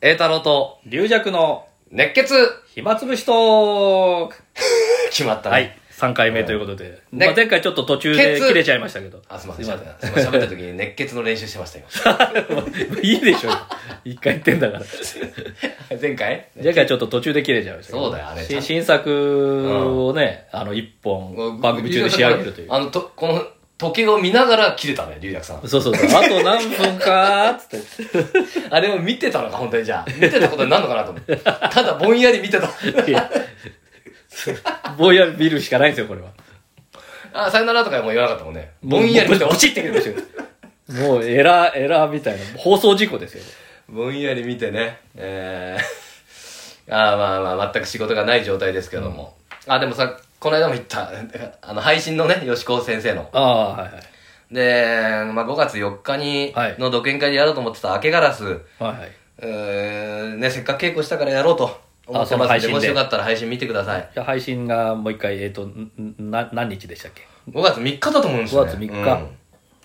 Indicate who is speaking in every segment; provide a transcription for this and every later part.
Speaker 1: 栄太郎と
Speaker 2: 龍尺の
Speaker 1: 熱血
Speaker 2: 暇つぶしトーク
Speaker 1: 決まったね。
Speaker 2: は。い、3回目ということで。
Speaker 1: ね
Speaker 2: まあ、前回ちょっと途中で
Speaker 1: ケツ
Speaker 2: 切れちゃいましたけど。
Speaker 1: あ、すみますせん。
Speaker 2: い
Speaker 1: すい
Speaker 2: ま
Speaker 1: ません。すいません喋った時に熱血の練習してました、
Speaker 2: せん いいでしょ。一回言ってんだ から。
Speaker 1: 今。 前回
Speaker 2: 前回ちょっと途中で切れちゃいましたけど。
Speaker 1: そうだよあれ
Speaker 2: し新作をね、あの、一本番組中で仕上げるという。
Speaker 1: あの、と、この時計を見ながら切れたね、龍薬さん。
Speaker 2: そうそうそう。あと何分かーっつっ
Speaker 1: あれを見てたのか、本当にじゃあ。 見てたことになるのかなと思 って。ただぼんやり見てた。
Speaker 2: ていや。ぼんやり見るしかないんですよ、これは。
Speaker 1: あ、さよならとかもう言わなかったもんね。ぼんやり見て、
Speaker 2: も
Speaker 1: 落
Speaker 2: うポチ
Speaker 1: ち
Speaker 2: ってくるでしょ。もうエラー、エラーみたいな。放送事故ですよ。
Speaker 1: ぼんやり見てね。えー、あーまあまあ、全く仕事がない状態ですけども。あ、でもさ、この間も言った、あの、配信のね、吉子先生の。
Speaker 2: ああ、はいはい。
Speaker 1: で、まあ、5月4日に、
Speaker 2: はい
Speaker 1: の独演会でやろうと思ってた明けガラス、う
Speaker 2: はいはい。
Speaker 1: ーんね、せっかく稽古したからやろうと思ってま
Speaker 2: あその配
Speaker 1: すん
Speaker 2: 信
Speaker 1: で、
Speaker 2: で
Speaker 1: もしよかったら配信見てください。
Speaker 2: じゃあ配信がもう一回、えっ、と、んんな、何日でしたっけ
Speaker 1: 5月3日だと思うんです
Speaker 2: ?5
Speaker 1: よ、ね。
Speaker 2: 月3
Speaker 1: う
Speaker 2: 日、
Speaker 1: ん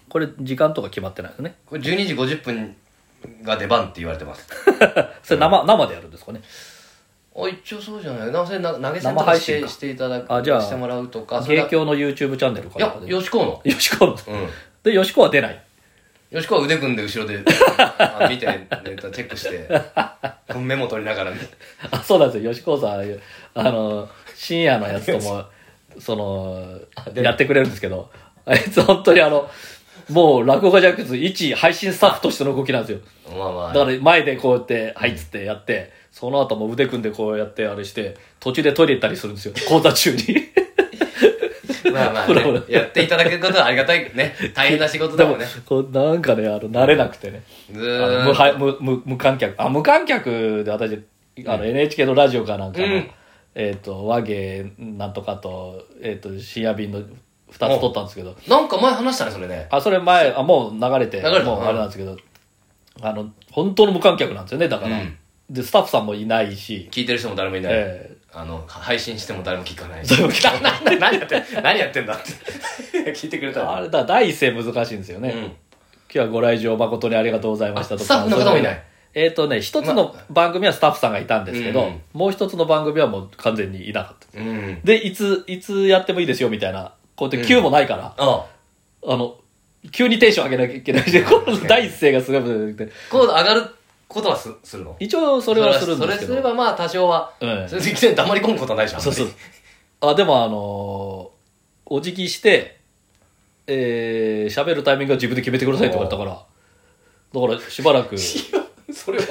Speaker 2: これ、時間とか決まってないですね。
Speaker 1: これ12時50分が出番って言われてます。
Speaker 2: それ生、生でやるんですかね。
Speaker 1: あ、一応そうじゃない。なそれな投げ銭とか
Speaker 2: 生配
Speaker 1: し
Speaker 2: 信
Speaker 1: て
Speaker 2: か
Speaker 1: していただく、
Speaker 2: あじゃあ
Speaker 1: してもらうとか、それ
Speaker 2: 芸
Speaker 1: だい
Speaker 2: 協の YouTube チャンネルかな
Speaker 1: や、吉高の。
Speaker 2: 吉子の。
Speaker 1: う
Speaker 2: で、吉子は出ない。
Speaker 1: ん。吉高は腕組んで後ろ で、あ見て、ネタチェックして、メモ取りながらね。
Speaker 2: あ、そうなんですよ。吉子さん、あの、深夜のやつと も、その、やってくれるんですけど、あいつ本当にあの、もう落語家じゃなくて、一配信スタッフとしての動きなんですよ。
Speaker 1: まあまあ。
Speaker 2: だから前でこうやって、はいっつってやって、その後も腕組んでこうやってあれして、途中でトイレ行ったりするんですよ。講座中に。
Speaker 1: まあまあ、
Speaker 2: ほらほら
Speaker 1: ね、やっていただけることはありがたいね。大変な仕事だ
Speaker 2: でも
Speaker 1: もんね。
Speaker 2: こうなんかね、あの、慣れなくてね。
Speaker 1: ず
Speaker 2: あ
Speaker 1: ー
Speaker 2: の無配無無無観客。あ、無観客で私、あの、NHK のラジオかなんかの、
Speaker 1: うん
Speaker 2: えっ、と、和芸なんとかと、えっ、と、深夜便の2つ撮ったんですけど、
Speaker 1: なんか前話したね、それね。
Speaker 2: あ、それ前、あ、もう流れて、
Speaker 1: 流れた
Speaker 2: もうあれなんですけど、あの、本当の無観客なんですよね、だから。
Speaker 1: うん
Speaker 2: で、スタッフさんもいないし、
Speaker 1: 聞いてる人も誰もいない。
Speaker 2: え
Speaker 1: あの、配信しても誰も聞かない。
Speaker 2: 誰も聞か
Speaker 1: なな何やってん何やってんだって。 聞いてくれ
Speaker 2: え
Speaker 1: た
Speaker 2: あ
Speaker 1: ら。
Speaker 2: れだ、第一声難しいんですよね。
Speaker 1: うん
Speaker 2: 今日はご来場誠にありがとうございましたとか。
Speaker 1: あスタッフの方もいない
Speaker 2: そうう。えっ、とね、一つの番組はスタッフさんがいたんですけど、
Speaker 1: うん
Speaker 2: もう一つの番組はもう完全にいなかった。
Speaker 1: うん。
Speaker 2: で、いつ、いつやってもいいですよ、みたいな。こうやって急もないから、
Speaker 1: あ
Speaker 2: あの、急にテンション上げなきゃいけないし、この第一声がすごい難しくて。
Speaker 1: コード上がることはすするの
Speaker 2: 一応、それはするんです
Speaker 1: それはそ
Speaker 2: け
Speaker 1: れすれ
Speaker 2: ど。
Speaker 1: ばまあ多少は。
Speaker 2: うん
Speaker 1: それでいきなり黙り込むことはないじゃん。
Speaker 2: そうそう
Speaker 1: あんま。
Speaker 2: あ、でもあのーお辞儀して、えー、喋るタイミングは自分で決めてくださいって言われたから、だからしばらく、
Speaker 1: り。それは、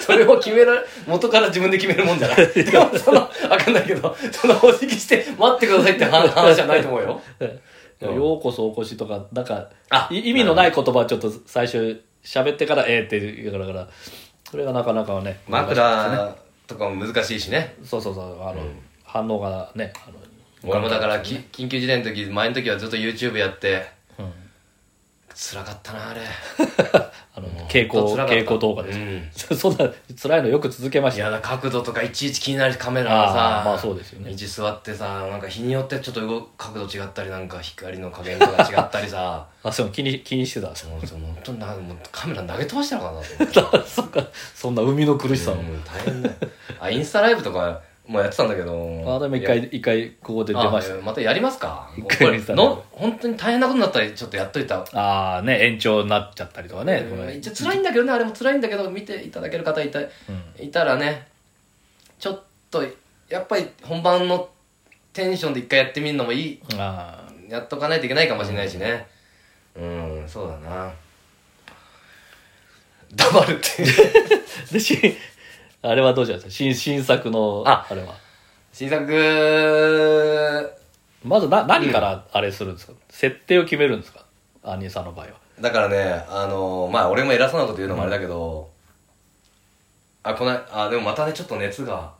Speaker 1: それを決められ、元から自分で決めるもんじゃ ない。でもその、わかんないけど、その、お辞儀して、待ってくださいって 話じゃないと思うよ。うん
Speaker 2: ようこそお越しとか、なんか、
Speaker 1: あ
Speaker 2: い意味のない言葉をちょっと最初喋ってから、えーって言うからだから、それがなかなかね、
Speaker 1: 枕とかも難しいしね
Speaker 2: そうそうそう、あの、反応がね、あの、
Speaker 1: 俺もだからき緊急事態の時前の時はずっと YouTube やって
Speaker 2: うん
Speaker 1: 辛かったなあれ
Speaker 2: あの、傾向、
Speaker 1: 辛かった
Speaker 2: 傾向動画です。そそんな、辛いのよく続けまし
Speaker 1: い
Speaker 2: た。
Speaker 1: やだ角度とかいちいち気になるカメラがさ
Speaker 2: あーまあそうですよね
Speaker 1: いち座ってさなんか日によってちょっと動く角度違ったりなんか光の加減とか違ったり さ
Speaker 2: あ、そう、気に、気にしてた。 そ
Speaker 1: もうそう本当になもうカメラ投げ飛ばしたのかなと
Speaker 2: っか、そんな海の苦しさを。
Speaker 1: 思ってうん大変だよあインスタライブとかもやってたんだけど
Speaker 2: あ、でも一
Speaker 1: いや
Speaker 2: 回、一回、ここで出
Speaker 1: あ
Speaker 2: ました。
Speaker 1: またやりますか
Speaker 2: 一回
Speaker 1: これ
Speaker 2: インスタライブ
Speaker 1: の本当に大変なことになったらちょっとやっといた
Speaker 2: ああ、ね、延長になっちゃったりとかね。こ
Speaker 1: うん
Speaker 2: れ
Speaker 1: 一応辛いんだけどねあれも辛いんだけど見ていただける方いた,、いたらねちょっとやっぱり本番のテンションで一回やってみるのもいい
Speaker 2: ああ。
Speaker 1: やっとかないといけないかもしれないしねうん、そうだな黙るっていう
Speaker 2: で、し、あれはどうじゃないですか新、新作の、あ
Speaker 1: あ、
Speaker 2: あれは。
Speaker 1: 新作
Speaker 2: まずな、何からあれするんですか、設定を決めるんですかアニーさんの場合は。
Speaker 1: だからねあのまあ俺も偉そうなこと言うのもあれだけど、あこないあでもまたねちょっと熱が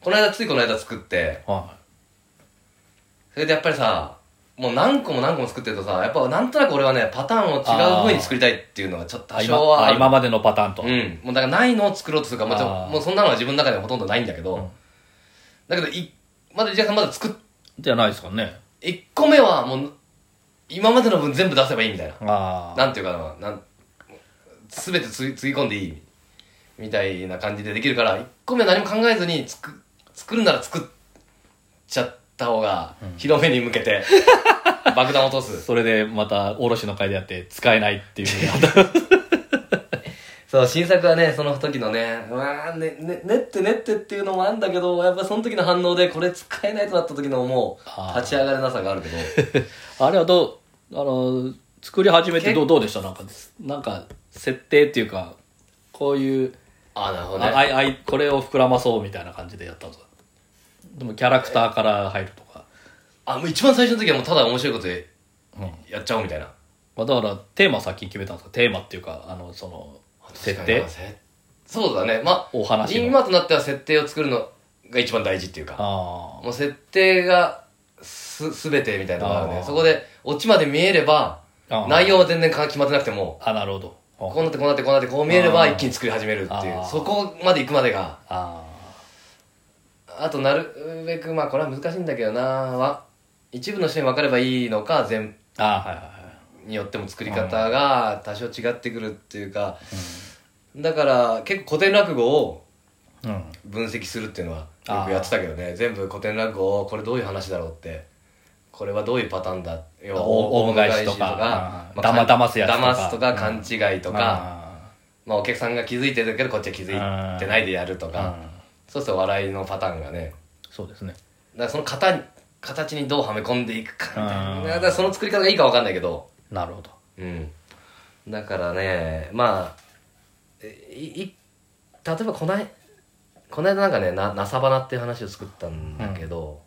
Speaker 1: この間ついこの間作って
Speaker 2: は
Speaker 1: それでやっぱりさもう何個も何個も作ってるとさやっぱなんとなく俺はねパターンを違う風に作りたいっていうのがちょっと
Speaker 2: い。あ
Speaker 1: 多
Speaker 2: 今
Speaker 1: 少は
Speaker 2: あ
Speaker 1: ある
Speaker 2: 今までのパターンと。
Speaker 1: うんもうだからないのを作ろうとするからもうちょ
Speaker 2: あー
Speaker 1: もうそんなのは自分の中ではほとんどないんだけど、
Speaker 2: うん
Speaker 1: だけどいまだじゃさんまだ作っ
Speaker 2: じゃないですかね。
Speaker 1: 1個目はもう今までの分全部出せばいいみたいな
Speaker 2: ああ。
Speaker 1: なんていうかななん全てつぎつぎ込んでいいみたいな感じでできるから、1個目何も考えずに作、作るなら作っちゃった方が、広めに向け て、爆弾落とす。
Speaker 2: それでまた卸の会でやって使えないっていうのが
Speaker 1: そう、新作はね、その時のね、うわー、ね、ね、ねってねってっていうのもあるんだけど、やっぱその時の反応でこれ使えないとなった時のも
Speaker 2: あ
Speaker 1: う、
Speaker 2: ー
Speaker 1: 立ち上がれなさがあるけど、
Speaker 2: あれはどうあの作り始めてどうどうでしたなんかなんか設定っていうかこういう
Speaker 1: あー、なるほど
Speaker 2: あ
Speaker 1: ね。
Speaker 2: あいあいこれを膨らまそうみたいな感じでやったんですかでもキャラクターから入るとか、
Speaker 1: あ、もう一番最初の時はもうただ面白いことで
Speaker 2: うんま
Speaker 1: やっちゃおうみたいな。
Speaker 2: あ、だからテーマ先に決めたんですかテーマっていうかあのその設定
Speaker 1: そうだね。ま
Speaker 2: お
Speaker 1: あ、
Speaker 2: 話の
Speaker 1: 今となっては設定を作るのが一番大事っていうか、
Speaker 2: あ
Speaker 1: もう設定がす、すべてみたいなのがある
Speaker 2: あ
Speaker 1: ね。
Speaker 2: ー
Speaker 1: そこで、オチまで見えれば、
Speaker 2: ああ
Speaker 1: 内容は全然か決まってなくても、
Speaker 2: あなるほど
Speaker 1: こうなってこうなってこうなってこう見えれば
Speaker 2: あー
Speaker 1: 一気に作り始めるっていう
Speaker 2: あー
Speaker 1: そこまで行くまでが
Speaker 2: あ
Speaker 1: あとなるべくまあこれは難しいんだけどなは一部のシーン分かればいいのか全
Speaker 2: あああはいはいはい
Speaker 1: によっても作り方が多少違ってくるっていうか、だから結構古典落語を
Speaker 2: うん
Speaker 1: 分析するっていうのはよくやってたけどね全部古典落語をこれどういう話だろうってこれはどういうパターンだ要は
Speaker 2: お
Speaker 1: 大返
Speaker 2: 大返
Speaker 1: し
Speaker 2: し
Speaker 1: と
Speaker 2: とか
Speaker 1: か
Speaker 2: うん
Speaker 1: まあ
Speaker 2: だま騙すやつとか
Speaker 1: 騙すとか勘違いとか、
Speaker 2: あ
Speaker 1: まあ、お客さんが気づいてるけどこっちは気づいてないでやると
Speaker 2: あう
Speaker 1: か、
Speaker 2: ん
Speaker 1: そうすると笑いのパターンがね
Speaker 2: そうですね
Speaker 1: だからその型に形にどうはめ込んでいくかみたいな
Speaker 2: うん
Speaker 1: だからその作り方がいいか分かんないけど
Speaker 2: なるほど
Speaker 1: うんだからねまあいい例えばこないこの間なんかねな「なさばな」っていう話を作ったんだけど、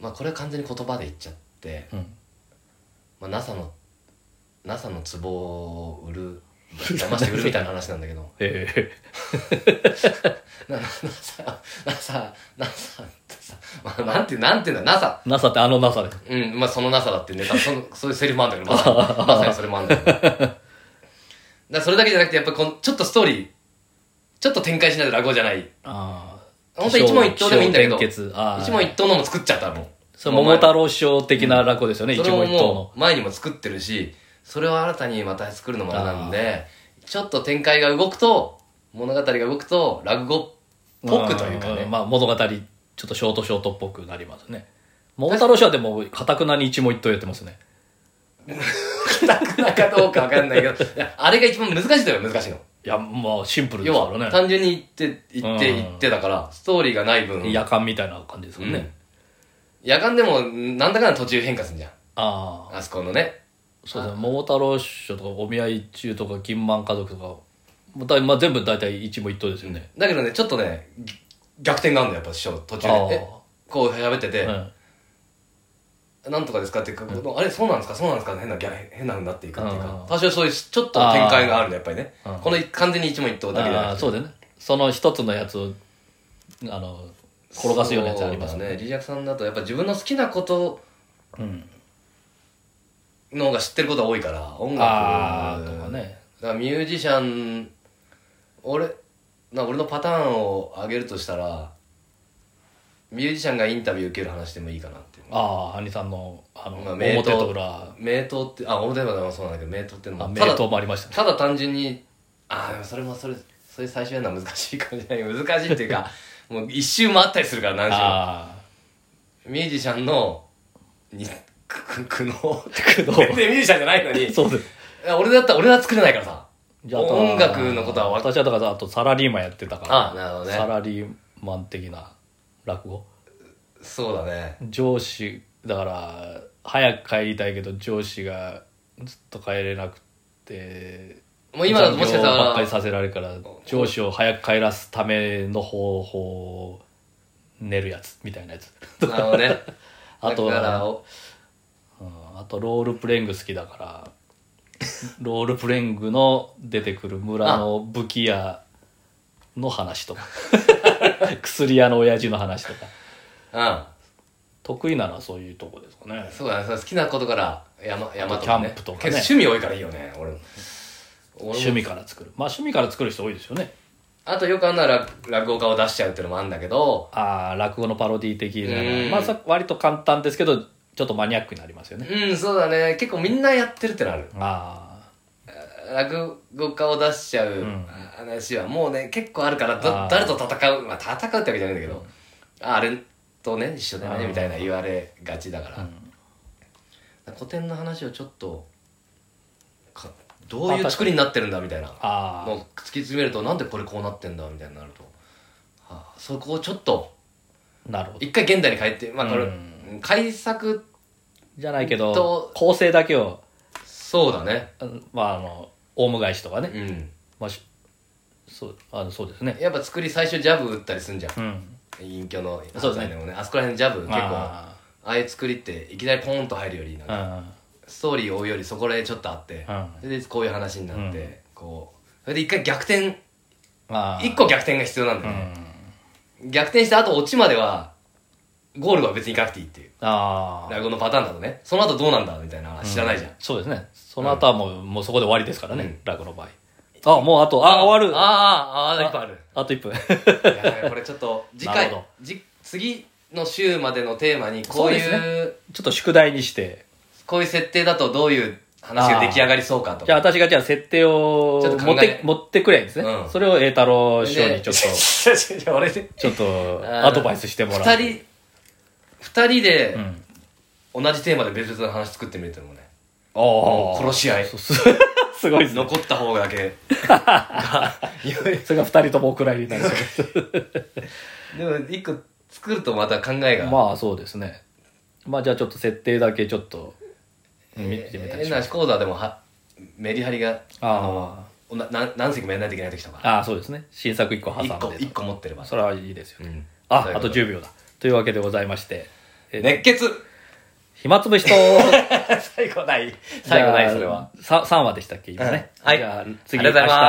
Speaker 1: まあこれは完全に言葉で言っちゃって、
Speaker 2: うん
Speaker 1: まあ、NASA の NASA の壺を売る騙して売るみたいな話なんだけど
Speaker 2: ええ
Speaker 1: な、な、なさ、なさ、なさってさ、まあ、なんて、なんていうんだ、なさ。
Speaker 2: NASA ってあの NASA で
Speaker 1: うん、まあ、そのなさだってね、多分その、そういうセリフもあるんだけど、まさに、まさにそれもあるんだけど。だからそれだけじゃなくて、やっぱりこの、ちょっとストーリー、ちょっと展開しないと落語じゃない。
Speaker 2: ああ
Speaker 1: 本当一問一答でもいいんだけど、
Speaker 2: 気象転結ああ
Speaker 1: 一問一答のも作っちゃったの。
Speaker 2: それ桃太郎師匠的な落語ですよね、
Speaker 1: そ
Speaker 2: 一
Speaker 1: れも
Speaker 2: 問一答
Speaker 1: も
Speaker 2: の
Speaker 1: う、前にも作ってるし、それを新たにまた作るのもあれなんで、ちょっと展開が動くと、物語が動くと、落語っぽくというかね
Speaker 2: ん。まあ物語ちょっとショートショートっぽくなりますね桃太郎師匠はでもかたくなに一問一答やってますね
Speaker 1: なくなかどうかわかんないけど、いやあれが一番難しいとよ、難しいの。
Speaker 2: いやまあシンプルです
Speaker 1: 要
Speaker 2: から
Speaker 1: は、
Speaker 2: ね
Speaker 1: 単純に言って、言って、
Speaker 2: うん
Speaker 1: 言ってだから、ストーリーがない分。
Speaker 2: 夜間みたいな感じです
Speaker 1: う
Speaker 2: もん
Speaker 1: ん
Speaker 2: ね、
Speaker 1: 夜間でも、なんだかんだ途中変化すんじゃん。
Speaker 2: ああ
Speaker 1: あそこのね。
Speaker 2: そうですね桃太郎師匠とかお見合い中とか金満家族とかまた、まあ、全部大体一問一答ですよね、
Speaker 1: だけどね、ちょっとね、ぎ逆転があるんだよ、やっぱ師匠、途中
Speaker 2: ああ
Speaker 1: で。えこう喋ってて
Speaker 2: う、ん
Speaker 1: なんとかですかっていうか、あれ、そうなんですか、そうなんですか、変な、ギャ変な風になっていくっていう
Speaker 2: うん
Speaker 1: か
Speaker 2: う、ん
Speaker 1: 多少そういう、ちょっと展開があるね、やっぱりね
Speaker 2: うん。
Speaker 1: この完全に一問一答だけじゃ
Speaker 2: あ
Speaker 1: な
Speaker 2: あ
Speaker 1: くて
Speaker 2: そうだよねその一つのやつをあの転がすようなやつあります
Speaker 1: そう
Speaker 2: よ
Speaker 1: だね。
Speaker 2: ね
Speaker 1: リジャクさんだと、やっぱ自分の好きなこと
Speaker 2: うん、
Speaker 1: の方が知ってることが多いから音楽
Speaker 2: ああとかね
Speaker 1: だからミュージシャン俺な俺のパターンを上げるとしたらミュージシャンがインタビュー受ける話でもいいかなっていう
Speaker 2: ああ兄さんのあの、
Speaker 1: まあ名
Speaker 2: 表
Speaker 1: 刀
Speaker 2: と裏
Speaker 1: 名刀ってあ俺でもそうなんだけど名刀っての
Speaker 2: あ
Speaker 1: も
Speaker 2: 名
Speaker 1: ただ
Speaker 2: 刀もありましたね
Speaker 1: ただ単純にああでもそれもそれそれ最初やるのは難しいかもしれない 難しいっていうかもう一周回ったりするから何しろ
Speaker 2: あ
Speaker 1: ミュージシャンのにくく苦悩
Speaker 2: あ工
Speaker 1: 全
Speaker 2: 藤
Speaker 1: 然ミュージシャンじゃないのに
Speaker 2: そうです
Speaker 1: いや俺だったら俺は作れないからさ
Speaker 2: あと
Speaker 1: 音楽のことは分か
Speaker 2: 私はだからあとサラリーマンやってたから
Speaker 1: ああなるほどね
Speaker 2: サラリーマン的な落語
Speaker 1: そうだ ね
Speaker 2: 上司だから早く帰りたいけど上司がずっと帰れなくて
Speaker 1: もう今だともしかした
Speaker 2: 残業ばっかり
Speaker 1: ら
Speaker 2: させられるから上司を早く帰らすための方法を寝るやつみたいなやつ
Speaker 1: なるほどね
Speaker 2: あとは
Speaker 1: だからお
Speaker 2: うんあとロールプレイング好きだ からロールプレイングの出てくる村の武器屋の 話とか薬屋の親父の話とか
Speaker 1: う
Speaker 2: 得意なのはそういうとこですかね
Speaker 1: んそうだねその好きなことから山山と
Speaker 2: キャンプとかね
Speaker 1: 結構趣味多いからいいよね俺俺も
Speaker 2: 趣味から作るまあ趣味から作る人多いですよね
Speaker 1: あとよくあんなら落語家を出しちゃうっていうのもあるんだけど
Speaker 2: ああ落語のパロディ的な
Speaker 1: うん
Speaker 2: まあさ割と簡単ですけどちょっとマニアックになりますよね
Speaker 1: うんそうだね結構みんなやってるってのある
Speaker 2: ああ
Speaker 1: 落語家を出しちゃう
Speaker 2: うん
Speaker 1: 話はもうね結構あるから
Speaker 2: あ
Speaker 1: ど
Speaker 2: ー
Speaker 1: 誰と戦うまあ戦うってわけじゃないんだけど、ああれとね一緒だよね
Speaker 2: あー
Speaker 1: みたいな言われがちだから、
Speaker 2: うん
Speaker 1: 古典の話をちょっとかどういう作りになってるんだみたいな
Speaker 2: あ
Speaker 1: のを突き詰めるとなんでこれこうなってんだみたいになると、はあ、そこをちょっと
Speaker 2: あなるほど
Speaker 1: 一回現代に変えてまあこれ、
Speaker 2: うん
Speaker 1: 改作
Speaker 2: じゃないけ
Speaker 1: と
Speaker 2: ど構成だけを
Speaker 1: そうだね
Speaker 2: うんまああのオウム返しとかね、
Speaker 1: うん
Speaker 2: まあ、しそうあのそうですね
Speaker 1: やっぱ作り最初ジャブ打ったりすんじゃん
Speaker 2: うん
Speaker 1: 隠居の
Speaker 2: そうですね
Speaker 1: あのもねあそこら辺ジャブ結構あ
Speaker 2: あ
Speaker 1: あいう作りっていきなりポーンと入るよりなんか
Speaker 2: ー
Speaker 1: ストーリーを追うよりそこら辺ちょっとあって
Speaker 2: うん
Speaker 1: それでこういう話になって、
Speaker 2: うん
Speaker 1: こうそれで一回逆転
Speaker 2: うんあー
Speaker 1: 一個逆転が必要なんだ
Speaker 2: う
Speaker 1: よね、
Speaker 2: ん
Speaker 1: 逆転した後落ちまではゴールは別にいかなくていいっていう
Speaker 2: あー
Speaker 1: 落語のパターンだとねその後どうなんだみたいな知らないじゃん、
Speaker 2: そうですねその後はもう,、もうそこで終わりですからね、
Speaker 1: うん
Speaker 2: 落語の場合あもうあとあ終わる
Speaker 1: あーあ
Speaker 2: あ
Speaker 1: ーあーいっぱいある
Speaker 2: と1分
Speaker 1: いやこれちょっと次
Speaker 2: なる
Speaker 1: 回
Speaker 2: ほど
Speaker 1: じ次の週までのテーマにこうい
Speaker 2: そう
Speaker 1: う
Speaker 2: ですちょっと宿題にして
Speaker 1: こういう設定だとどういう話が出来上がりそうかと
Speaker 2: じゃあ
Speaker 1: か
Speaker 2: 私がじゃあ設定を
Speaker 1: ちょっと考
Speaker 2: 持っ
Speaker 1: え
Speaker 2: て持ってくれんですね、
Speaker 1: うん
Speaker 2: それを栄太郎師匠にちょっと
Speaker 1: とじゃあ俺で
Speaker 2: ちょっとアドバイスしてもらう
Speaker 1: 2人二人で
Speaker 2: うん
Speaker 1: 同じテーマで別々の話作ってみるってのもね
Speaker 2: ああ
Speaker 1: 殺し合い
Speaker 2: す すごいですね
Speaker 1: 残った方だけが
Speaker 2: それが二人ともお蔵入りになる
Speaker 1: でも一個作るとまた考え が
Speaker 2: まあそうですねまあじゃあちょっと設定だけちょっと見てみたり
Speaker 1: 変
Speaker 2: し
Speaker 1: な
Speaker 2: ます
Speaker 1: 話講座でもはメリハリが
Speaker 2: あ
Speaker 1: おなな何席もやらないといけない時と
Speaker 2: あ
Speaker 1: か
Speaker 2: ああそうですね新作一個挟ん
Speaker 1: 一個
Speaker 2: で
Speaker 1: 一個持ってれば
Speaker 2: それはいいですよね、
Speaker 1: うん
Speaker 2: あ
Speaker 1: そういう
Speaker 2: あ
Speaker 1: こと
Speaker 2: 10秒だというわけでございまして、え
Speaker 1: 熱血
Speaker 2: 暇つぶしと
Speaker 1: 最後ない最後ないそれは
Speaker 2: 3話でしたっけ今ね、
Speaker 1: うんはい
Speaker 2: じゃあ
Speaker 1: あり
Speaker 2: 次
Speaker 1: がとうございます